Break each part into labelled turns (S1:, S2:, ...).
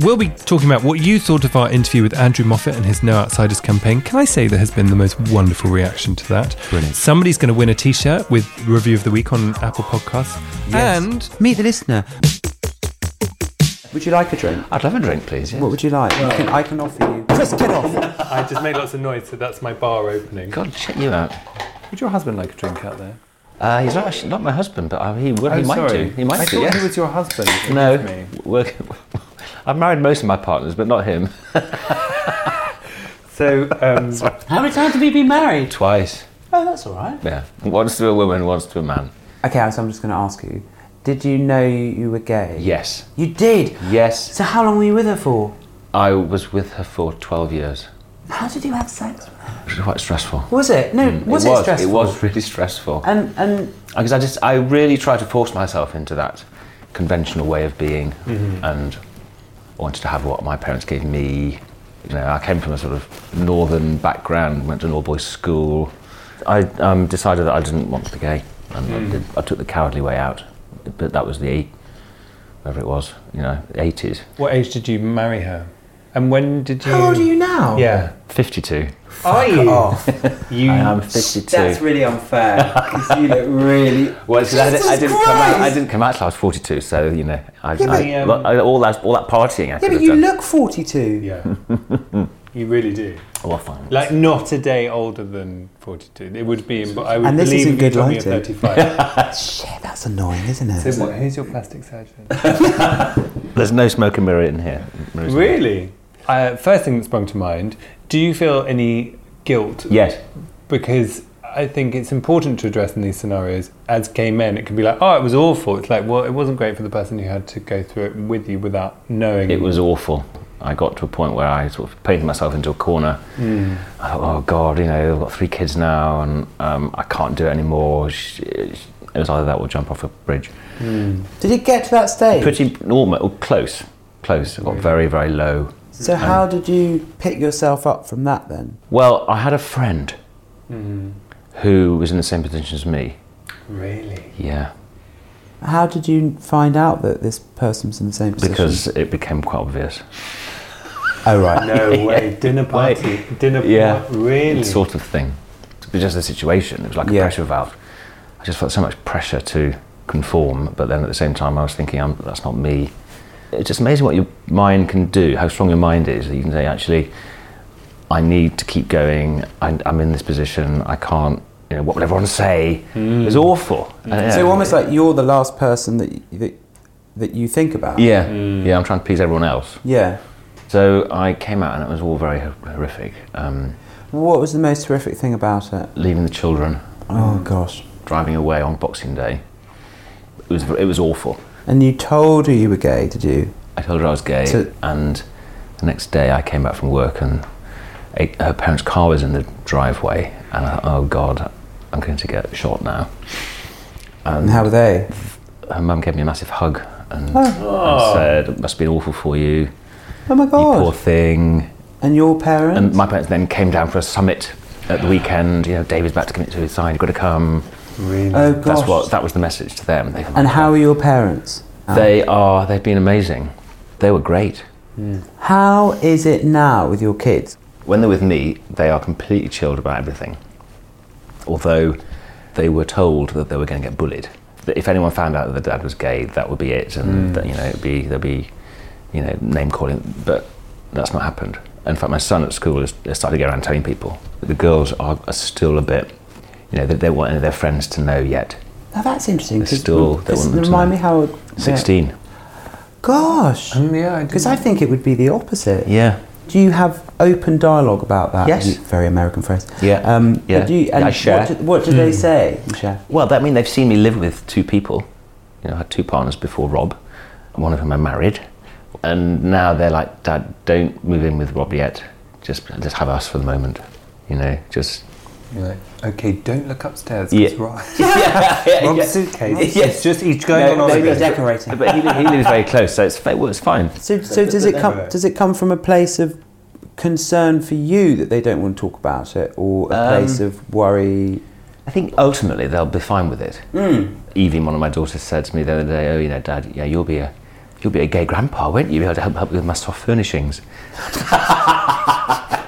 S1: We'll be talking about what you thought of our interview with Andrew Moffat and his No Outsiders campaign. Can I say there has been the most wonderful reaction to that?
S2: Brilliant.
S1: Somebody's going to win a t shirt with Review of the Week on Apple Podcasts. And
S2: Meet the listener. Would you like a drink?
S3: I'd love a drink, please.
S2: What would you like? I, can, I can offer you. Chris, get off!
S1: I just made lots of noise, so that's my bar opening.
S3: God, check you out.
S1: Would your husband like a drink out there? Oh,
S3: Uh, he's not actually, not my husband, but uh, he would. he might do. He might do. Yes.
S1: was your husband.
S3: no, we're- I've married most of my partners, but not him.
S1: So, um,
S4: How many times have you been married?
S3: Twice.
S4: Oh, that's all right.
S3: Yeah, once to a woman, once to a man.
S2: Okay, so I'm just going to ask you. Did you know you were gay?
S3: Yes,
S2: You did?
S3: yes.
S2: So how long were you with her for?
S3: I was with her for 12 years.
S2: How did you have sex?
S3: It was quite stressful.
S2: Was it? No, was it,
S3: was.
S2: stressful?
S3: Mm, It was really stressful.
S2: And, and
S3: because I just I really try to force myself into that conventional way of being
S2: Mm-hmm.
S3: and I wanted to have what my parents gave me. You know, I came from a sort of northern background, went to an all boys school. I um, decided that I didn't want to be gay and
S2: Mm.
S3: I, did, I took the cowardly way out. But that was the eight, whatever it was, you know, 80s.
S1: what age did you marry her? And when did you?
S2: how old are you now?
S1: Yeah.
S3: 52.
S2: Are you?
S1: You,
S3: I am 52.
S2: That's really unfair. 'cause you look really.
S3: Well, it's 'cause I, didn't- I
S2: Jesus
S3: didn't come out. I
S2: Christ!
S3: didn't come out till I was forty-two. So you know, I,
S2: Yeah, um,
S3: I-
S1: but-
S3: I- all that all that partying. I
S2: Yeah,
S3: could
S2: but
S3: have
S2: you
S3: done.
S2: look 42.
S1: yeah. you really do.
S3: Oh, Well, fine.
S1: Like not a day older than forty-two. It would be. But I would
S2: And this
S1: believe
S2: isn't
S1: if you
S2: good
S1: told me at
S2: lighting.
S1: thirty-five.
S2: Shit, that's annoying, isn't it?
S1: so what, who's your plastic surgeon?
S3: There's no smoke and mirror in here. There isn't.
S1: really? Uh, first thing that sprung to mind. Do you feel any guilt?
S3: Yes.
S1: Because I think it's important to address in these scenarios. As gay men, it can be like, oh, it was awful. It's like, well, it wasn't great for the person who had to go through it with you without knowing.
S3: It was awful. I got to a point where I sort of painted myself into a corner.
S2: Hmm.
S3: I thought, oh God, you know, I've got three kids now, and um, I can't do it anymore. Sh- sh- It was either that or jump off a bridge.
S2: Did it get to that stage?
S3: Pretty normal, or close, close. I got very, very low.
S2: so how did you pick yourself up from that then?
S3: Well, I had a friend
S2: Hmm.
S3: who was in the same position as me.
S1: really.
S3: Yeah,
S2: How did you find out that this person was in the same position?
S3: because it became quite obvious.
S2: oh right,
S1: No way. Dinner party. Dinner party.
S3: Yeah,
S1: Really.
S3: sort of thing. It was just the situation. It was like a
S2: Yeah.
S3: pressure valve. I just felt so much pressure to conform, but then at the same time, I was thinking, i that's not me. It's just amazing what your mind can do, how strong your mind is. You can say, actually, I need to keep going. I, I'm in this position. I can't. You know, what would everyone say? It's awful. And,
S2: Hmm. so
S3: yeah.
S2: almost like you're the last person that y- that, that you think about.
S3: Yeah,
S2: Hmm.
S3: yeah. I'm trying to please everyone else.
S2: Yeah.
S3: So I came out, and it was all very hor- horrific. Um,
S2: What was the most horrific thing about it?
S3: leaving the children,
S2: Oh gosh.
S3: driving away on Boxing Day. It was it was awful.
S2: And you told her you were gay, did you?
S3: I told her I was gay,
S2: So-
S3: and the next day I came back from work, and a- her parents' car was in the driveway, and I thought, oh god, I'm going to get shot now.
S2: And how were they?
S3: Her mum gave me a massive hug and, and said, "It must have been awful for you,
S2: Oh my
S3: you poor
S2: god.
S3: thing."
S2: and your parents?
S3: And my parents then came down for a summit at the weekend. You know, David's about to commit suicide. You've got to come.
S1: Really.
S2: oh gosh.
S3: That's what that was the message to them. They,
S2: and how were your parents?
S3: they are. They've been amazing. They were great.
S2: How is it now with your kids?
S3: when they're with me, they are completely chilled about everything. Although they were told that they were going to get bullied. That if anyone found out that the dad was gay, that would be it, and that, you know, it'd be there'd be, you know, name calling. But that's not happened. In fact, my son at school has has started to go around telling people. The girls are, are still a bit, you know, they, they want any of their friends to know yet.
S2: Now that's interesting.
S3: They're
S2: 'cause-
S3: still- they
S2: 'cause
S3: want them to
S2: remind
S3: know.
S2: me how old-
S3: Sixteen.
S2: Gosh.
S1: Mm, yeah, I didn't
S2: Because I think it would be the opposite.
S3: Yeah.
S2: Do you have open dialogue about that?
S3: Yes.
S2: You- Very American phrase.
S3: Yeah.
S2: Um,
S3: Yeah.
S2: but Do you,
S3: Yeah,
S2: and
S3: I share. Hmm.
S2: What do, what do they say? You share.
S3: Well, that mean they've seen me live with two people. You know, I had two partners before Rob. One of whom I married, and now they're like, Dad, don't move in with Rob yet. Just just have us for the moment. You know, just
S1: You're like, okay, don't look upstairs.
S3: Yeah.
S1: It's right.
S3: yeah, yeah,
S1: Rob's
S3: yeah.
S1: suitcase.
S3: Yes.
S1: It's just each going on.
S3: no,
S1: holiday.
S2: Maybe decorating.
S3: But he, he lives very close, so it's fa- well, it's fine.
S2: So, so does it come?
S1: neighbourhood.
S2: Does it come from a place of concern for you that they don't want to talk about it,
S3: Um,
S2: or a place of worry?
S3: I think ultimately they'll be fine with it.
S1: Hmm.
S3: Evie, one of my daughters, said to me the other day, "Oh, you know, Dad, yeah, you'll be a you'll be a gay grandpa, won't you? You'll be able to help, help with my soft furnishings."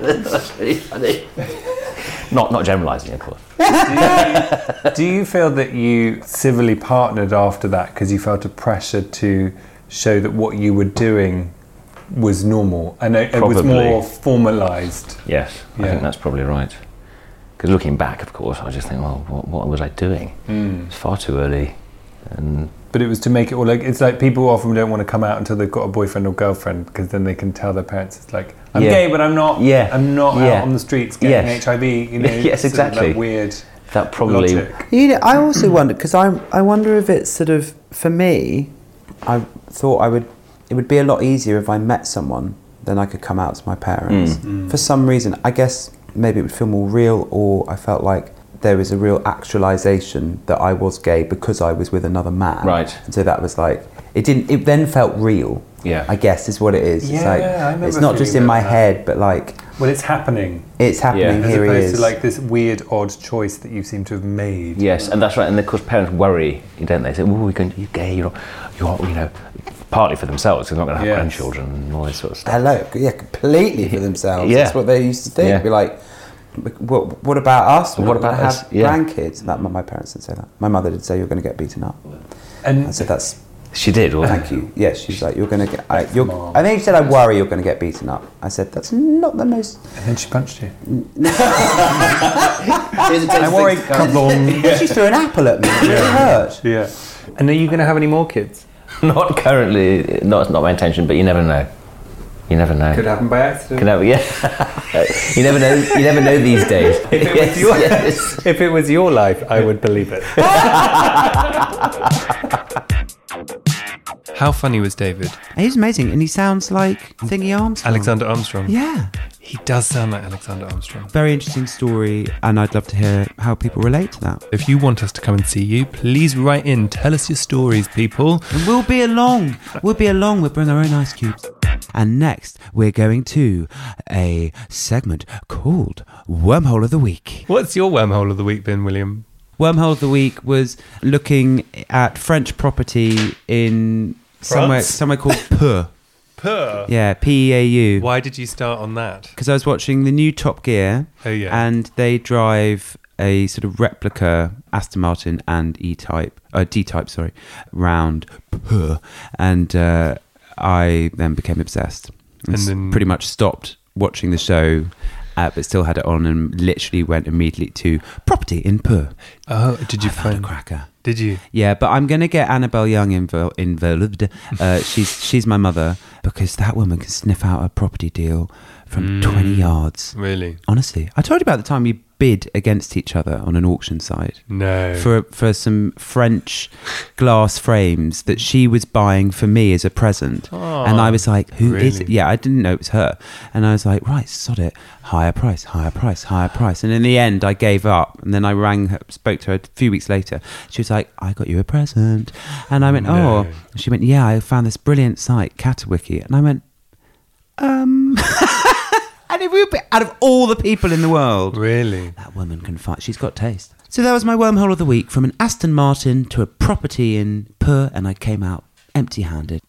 S3: That's really funny. Not not generalising, of course.
S1: Do you feel that you civilly partnered after that because you felt a pressure to show that what you were doing was normal and it, it was
S3: Probably.
S1: more formalised?
S3: Yes, I
S1: Yeah.
S3: think that's probably right. Because looking back, of course, I just think, well, what, what was I doing?
S1: Hmm.
S3: It's far too early, and
S1: But it was to make it all like it's like people often don't want to come out until they've got a boyfriend or girlfriend because then they can tell their parents it's like I'm
S3: Yeah.
S1: gay, but I'm not.
S3: Yeah.
S1: I'm not
S3: Yeah.
S1: out on the streets getting
S3: Yes.
S1: HIV. You know.
S3: Yes,
S1: sort of that
S3: exactly.
S1: weird
S3: that probably
S1: logic.
S2: You know, I also wonder because I I wonder if it's sort of for me, I thought I would it would be a lot easier if I met someone than I could come out to my parents.
S3: Hmm.
S1: Hmm.
S2: For some reason, I guess maybe it would feel more real, or I felt like there was a real actualization that I was gay because I was with another man.
S3: Right.
S2: And so that was like it didn't. It then felt real.
S3: Yeah.
S2: I guess is what it is. it's
S1: Yeah,
S2: like
S1: I remember
S2: it's not just
S1: feeling
S2: in my
S1: that.
S2: head, but like
S1: Well, it's happening.
S2: it's happening.
S3: Yeah.
S1: As
S2: Here he
S1: opposed
S2: is.
S1: to like this weird, odd choice that you seem to have made.
S3: Yes, and that's right. And of course, parents worry, don't they? Say, "Oh, we're going to you gay. You're, you're, you know, partly for themselves. They're not going to have
S1: Yes.
S3: grandchildren and all this sort of stuff."
S2: hello, yeah, completely for themselves.
S3: Yeah.
S2: That's what they used to think.
S3: Yeah.
S2: Be like, what, what about us? We're
S3: What
S2: not gonna
S3: about us?
S2: Have
S3: Yeah.
S2: grandkids? That, my- my parents did say that. My mother did say you're going to get beaten up. I
S1: And
S2: said that's
S3: She did. Well,
S2: thank you. Yeah, she's like you're going to get. I, you're,
S1: Mom.
S2: I think she said I worry you're going to get beaten up. I said that's not the most.
S1: and then she punched you.
S2: I
S1: worry, kaboom.
S2: She threw an apple at me. It really hurt.
S1: Yeah. And are you going to have any more kids?
S3: Not currently. Not not my intention, but you never know. You never know.
S1: Could happen by accident.
S3: You never, yeah. you never know. You never know these days.
S1: If it was your- If it was your life, I would believe it. How funny was David?
S2: And he's amazing, and he sounds like Thingy Armstrong.
S1: Alexander Armstrong.
S2: Yeah.
S1: He does sound like Alexander Armstrong.
S2: Very interesting story, and I'd love to hear how people relate to that.
S1: If you want us to come and see you, please write in. Tell us your stories, people.
S2: And we'll be along. We'll be along. We'll bring our own ice cubes. And next, we're going to a segment called Wormhole of the Week.
S1: What's your wormhole of the week been, William?
S2: Wormhole of the Week was looking at French property in somewhere
S1: France?
S2: somewhere called Peu.
S1: Puh.
S2: Yeah, P E A U.
S1: Why did you start on that?
S2: because I was watching the new Top Gear.
S1: Oh, yeah.
S2: And they drive a sort of replica Aston Martin and E Type, uh, D Type, sorry, round. And uh, I then became obsessed. And
S1: And
S2: s-
S1: then-
S2: pretty much stopped watching the show. Uh, but still had it on and literally went immediately to property in Pur.
S1: Oh, did you
S2: Found a
S1: find?
S2: cracker.
S1: Did you?
S2: Yeah, but I'm gonna get Annabelle Young invol- involved. Uh, she's she's my mother because that woman can sniff out a property deal
S1: Mm.
S2: from 20 yards.
S1: Really?
S2: Honestly, I told you about the time we bid against each other on an auction site
S1: No.
S2: for for some French glass frames that she was buying for me as a present, and I was like, "Who is it?"
S1: Oh. really?
S2: Yeah, I didn't know it was her, and I was like, "Right, sod it, higher price, higher price, higher price." And in the end, I gave up, and then I rang, her, spoke to her a few weeks later. She was like, "I got you a present," and I went, "Oh,"
S1: No.
S2: And she went, "Yeah, I found this brilliant site, Catawiki," and I went, "Um." And if we were out of all the people in the world,
S1: really?
S2: that woman can fight. She's got taste. So that was my wormhole of the week from an Aston Martin to a property in Pur, and I came out empty handed.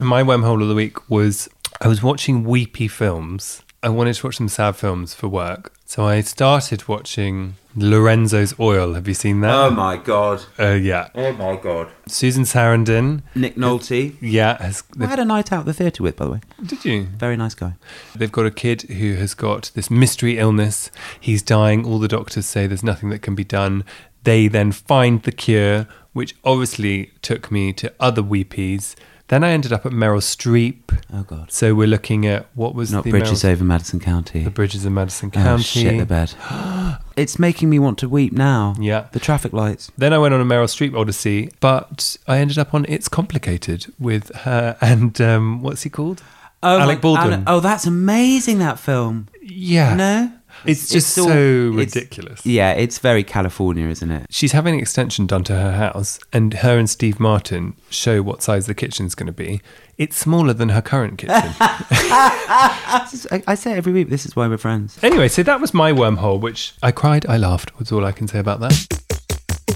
S1: My wormhole of the week was I was watching weepy films. I wanted to watch some sad films for work.
S5: So I started watching Lorenzo's Oil. Have you seen that?
S6: Oh my god.
S5: Uh, yeah.
S6: Oh my god.
S5: Susan Sarandon.
S6: Nick Nolte.
S5: Yeah. Has,
S2: I had a night out at the theatre with, by the way.
S5: did you?
S2: Very nice guy.
S5: They've got a kid who has got this mystery illness. He's dying. All the doctors say there's nothing that can be done. They then find the cure, which obviously took me to other weepies. Then I ended up at Meryl Streep.
S2: Oh, God.
S5: So we're looking at what was
S2: Not
S5: the
S2: bridges
S5: Meryl-
S2: over Madison County.
S5: the bridges of Madison
S2: Oh,
S5: County.
S2: shit, the bed. it's making me want to weep now.
S5: Yeah.
S2: The traffic lights.
S5: Then I went on a Meryl Streep odyssey, but I ended up on It's Complicated with her and um, what's he called?
S2: Oh,
S5: Alec
S2: my-
S5: Baldwin.
S2: oh, that's amazing, that film.
S5: Yeah.
S2: No?
S5: It's just
S2: all-
S5: so
S2: it's-
S5: ridiculous.
S2: yeah, it's very California, isn't it?
S5: She's having an extension done to her house, and her and Steve Martin show what size the kitchen's going to be. It's smaller than her current kitchen.
S2: This is- I, I say it every week, this is why we're friends.
S5: anyway, so that was my wormhole, which I cried, I laughed, was all I can say about that.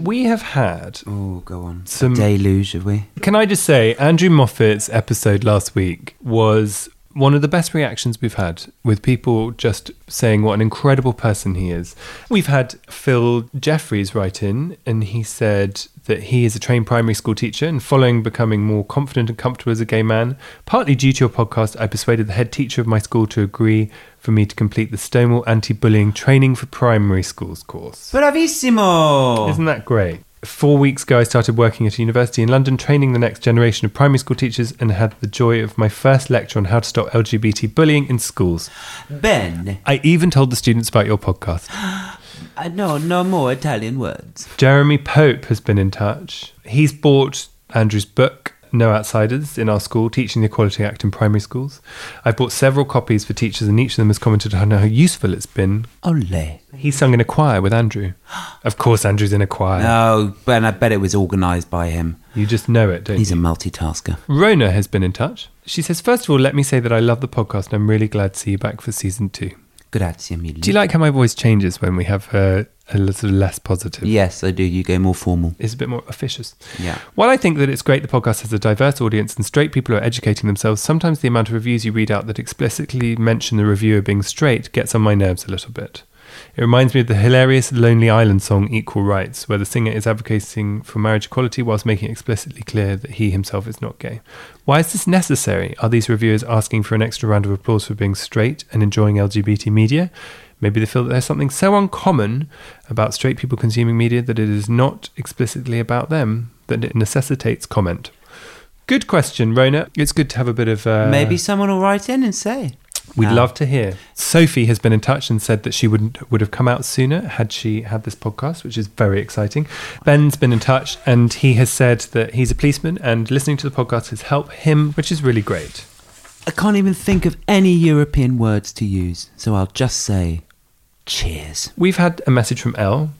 S5: We have had.
S2: Oh, go on.
S5: Some-
S2: Deluge, have we?
S5: Can I just say, Andrew Moffat's episode last week was one of the best reactions we've had, with people just saying what an incredible person he is. We've had Phil Jeffries write in, and he said that he is a trained primary school teacher and following becoming more confident and comfortable as a gay man. Partly due to your podcast, I persuaded the head teacher of my school to agree for me to complete the Stonewall anti bullying training for primary schools course.
S2: Bravissimo!
S5: Isn't that great? Four weeks ago, I started working at a university in London, training the next generation of primary school teachers, and had the joy of my first lecture on how to stop LGBT bullying in schools.
S2: Ben,
S5: I even told the students about your podcast.
S7: Uh,
S2: I know no more Italian words.
S5: Jeremy Pope has been in touch. He's bought Andrew's book, No Outsiders, in our school, Teaching the Equality Act in Primary Schools. I've bought several copies for teachers, and each of them has commented on how useful it's been.
S2: Ole.
S5: He sung in a choir with Andrew. Of course, Andrew's in a choir.
S2: Oh, Ben, I bet it was organised by him.
S5: You just know it, don't you?
S2: He's a multitasker.
S5: Rona has been in touch. She says, First of all, let me say that I love the podcast and I'm really glad to see you back for season two.
S2: Grazie mille.
S5: Do you like how my voice changes when we have uh, a little less positive?
S2: Yes, I do. You go more formal.
S5: It's a bit more officious.
S2: Yeah.
S5: While I think that it's great the podcast has a diverse audience and straight people are educating themselves, sometimes the amount of reviews you read out that explicitly mention the reviewer being straight gets on my nerves a little bit. It reminds me of the hilarious Lonely Island song Equal Rights, where the singer is advocating for marriage equality whilst making it explicitly clear that he himself is not gay. Why is this necessary? Are these reviewers asking for an extra round of applause for being straight and enjoying LGBT media? Maybe they feel that there's something so uncommon about straight people consuming media that it is not explicitly about them that it necessitates comment. Good question, Rona. It's good to have a bit of. Uh,
S2: Maybe someone will write in and say.
S5: We'd
S2: Ah.
S5: love to hear. Sophie has been in touch and said that she wouldn't would have come out sooner had she had this podcast, which is very exciting. Ben's been in touch and he has said that he's a policeman and listening to the podcast has helped him, which is really great.
S2: I can't even think of any European words to use, so I'll just say cheers.
S5: We've had a message from Elle,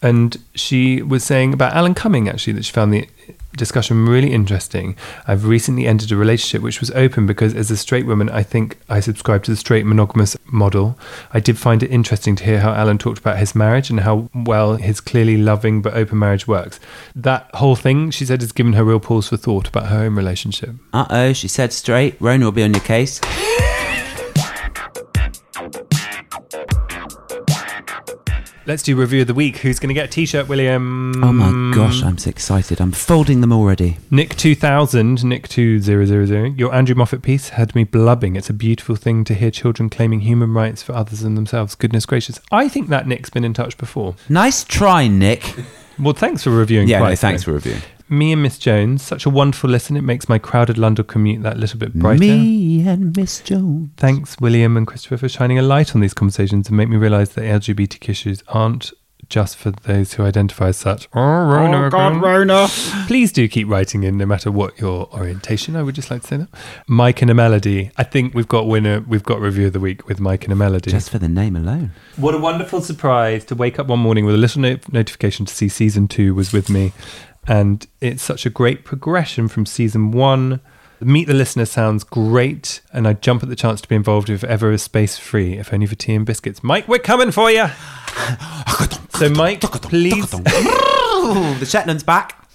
S5: and she was saying about Alan Cumming actually that she found the discussion really interesting. I've recently entered a relationship which was open because, as a straight woman, I think I subscribe to the straight monogamous model. I did find it interesting to hear how Alan talked about his marriage and how well his clearly loving but open marriage works. That whole thing, she said, has given her real pause for thought about her own relationship.
S2: Uh oh, she said straight. Rona will be on your case.
S5: Let's do review of the week. Who's going to get a t shirt, William?
S2: Oh my gosh, I'm so excited. I'm folding them already.
S5: Nick 2000, Nick 2000, your Andrew Moffat piece had me blubbing. It's a beautiful thing to hear children claiming human rights for others than themselves. Goodness gracious. I think that Nick's been in touch before.
S2: Nice try, Nick.
S5: Well, thanks for reviewing.
S2: yeah, no,
S5: Price,
S2: thanks
S5: though.
S2: for reviewing.
S5: Me and Miss Jones, such a wonderful listen. It makes my crowded London commute that little bit brighter.
S2: Me and Miss Jones.
S5: Thanks, William and Christopher, for shining a light on these conversations and make me realise that LGBTQ issues aren't just for those who identify as such. Oh, Rona again.
S6: Rona.
S5: Please do keep writing in, no matter what your orientation. I would just like to say that. Mike and a Melody. I think we've got winner. We've got review of the week with Mike and a Melody.
S2: Just for the name alone.
S5: what a wonderful surprise to wake up one morning with a little no- notification to see season two was with me, and it's such a great progression from season one. Meet the listener sounds great, and I jump at the chance to be involved if ever is space free, if only for tea and biscuits. Mike, we're coming for you. So, Mike, please
S2: Oh, the Shetland's back.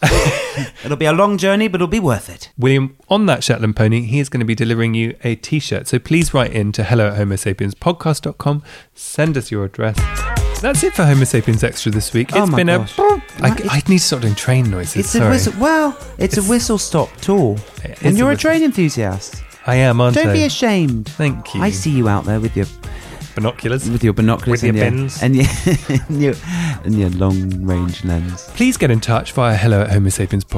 S8: It'll be a long journey, but it'll be worth it.
S5: William, on that Shetland pony, he is going to be delivering you a t shirt. So please write in to hello at homo sapiens podcast.com. Send us your address. That's it for Homo Sapiens Extra this week. It's
S7: Oh my
S5: been a.
S7: gosh.
S5: I,
S7: It's-
S5: I need to stop doing train noises.
S7: It's
S5: sorry.
S7: a whistle. Well, it's,
S5: It's-
S7: a whistle stop tool,
S5: It is
S7: and
S5: a
S7: you're a,
S5: whistle-
S7: train enthusiast.
S5: I am, aren't
S7: Don't
S5: I?
S7: be ashamed.
S5: Thank you.
S7: I see you out there with your
S5: Binoculars.
S7: with your binoculars
S5: With your
S7: and,
S5: bins.
S7: and your and your and your long range lens.
S5: Please get in touch via hello at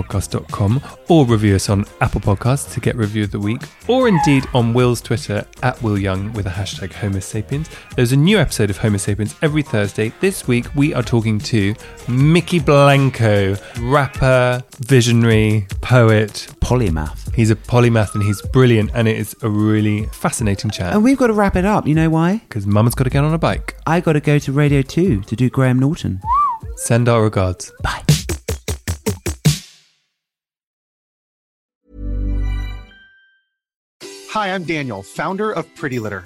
S5: homosapienspodcast.com or review us on Apple Podcasts to get review of the week, or indeed on Will's Twitter at Will Young with a hashtag Homo Sapiens. There's a new episode of Homo Sapiens every Thursday. This week we are talking to Mickey Blanco, rapper, visionary, poet.
S7: Polymath.
S5: He's a polymath and he's brilliant, and it is a really fascinating chat
S2: Oh.
S7: And we've got to wrap it up. You know why?
S5: because Mama's got to get on a bike.
S7: I got to go to Radio Two to do Graham Norton.
S5: Send our regards.
S7: Bye.
S9: Hi, I'm Daniel, founder of Pretty Litter.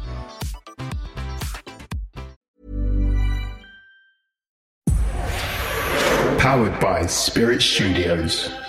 S10: Powered by Spirit Studios.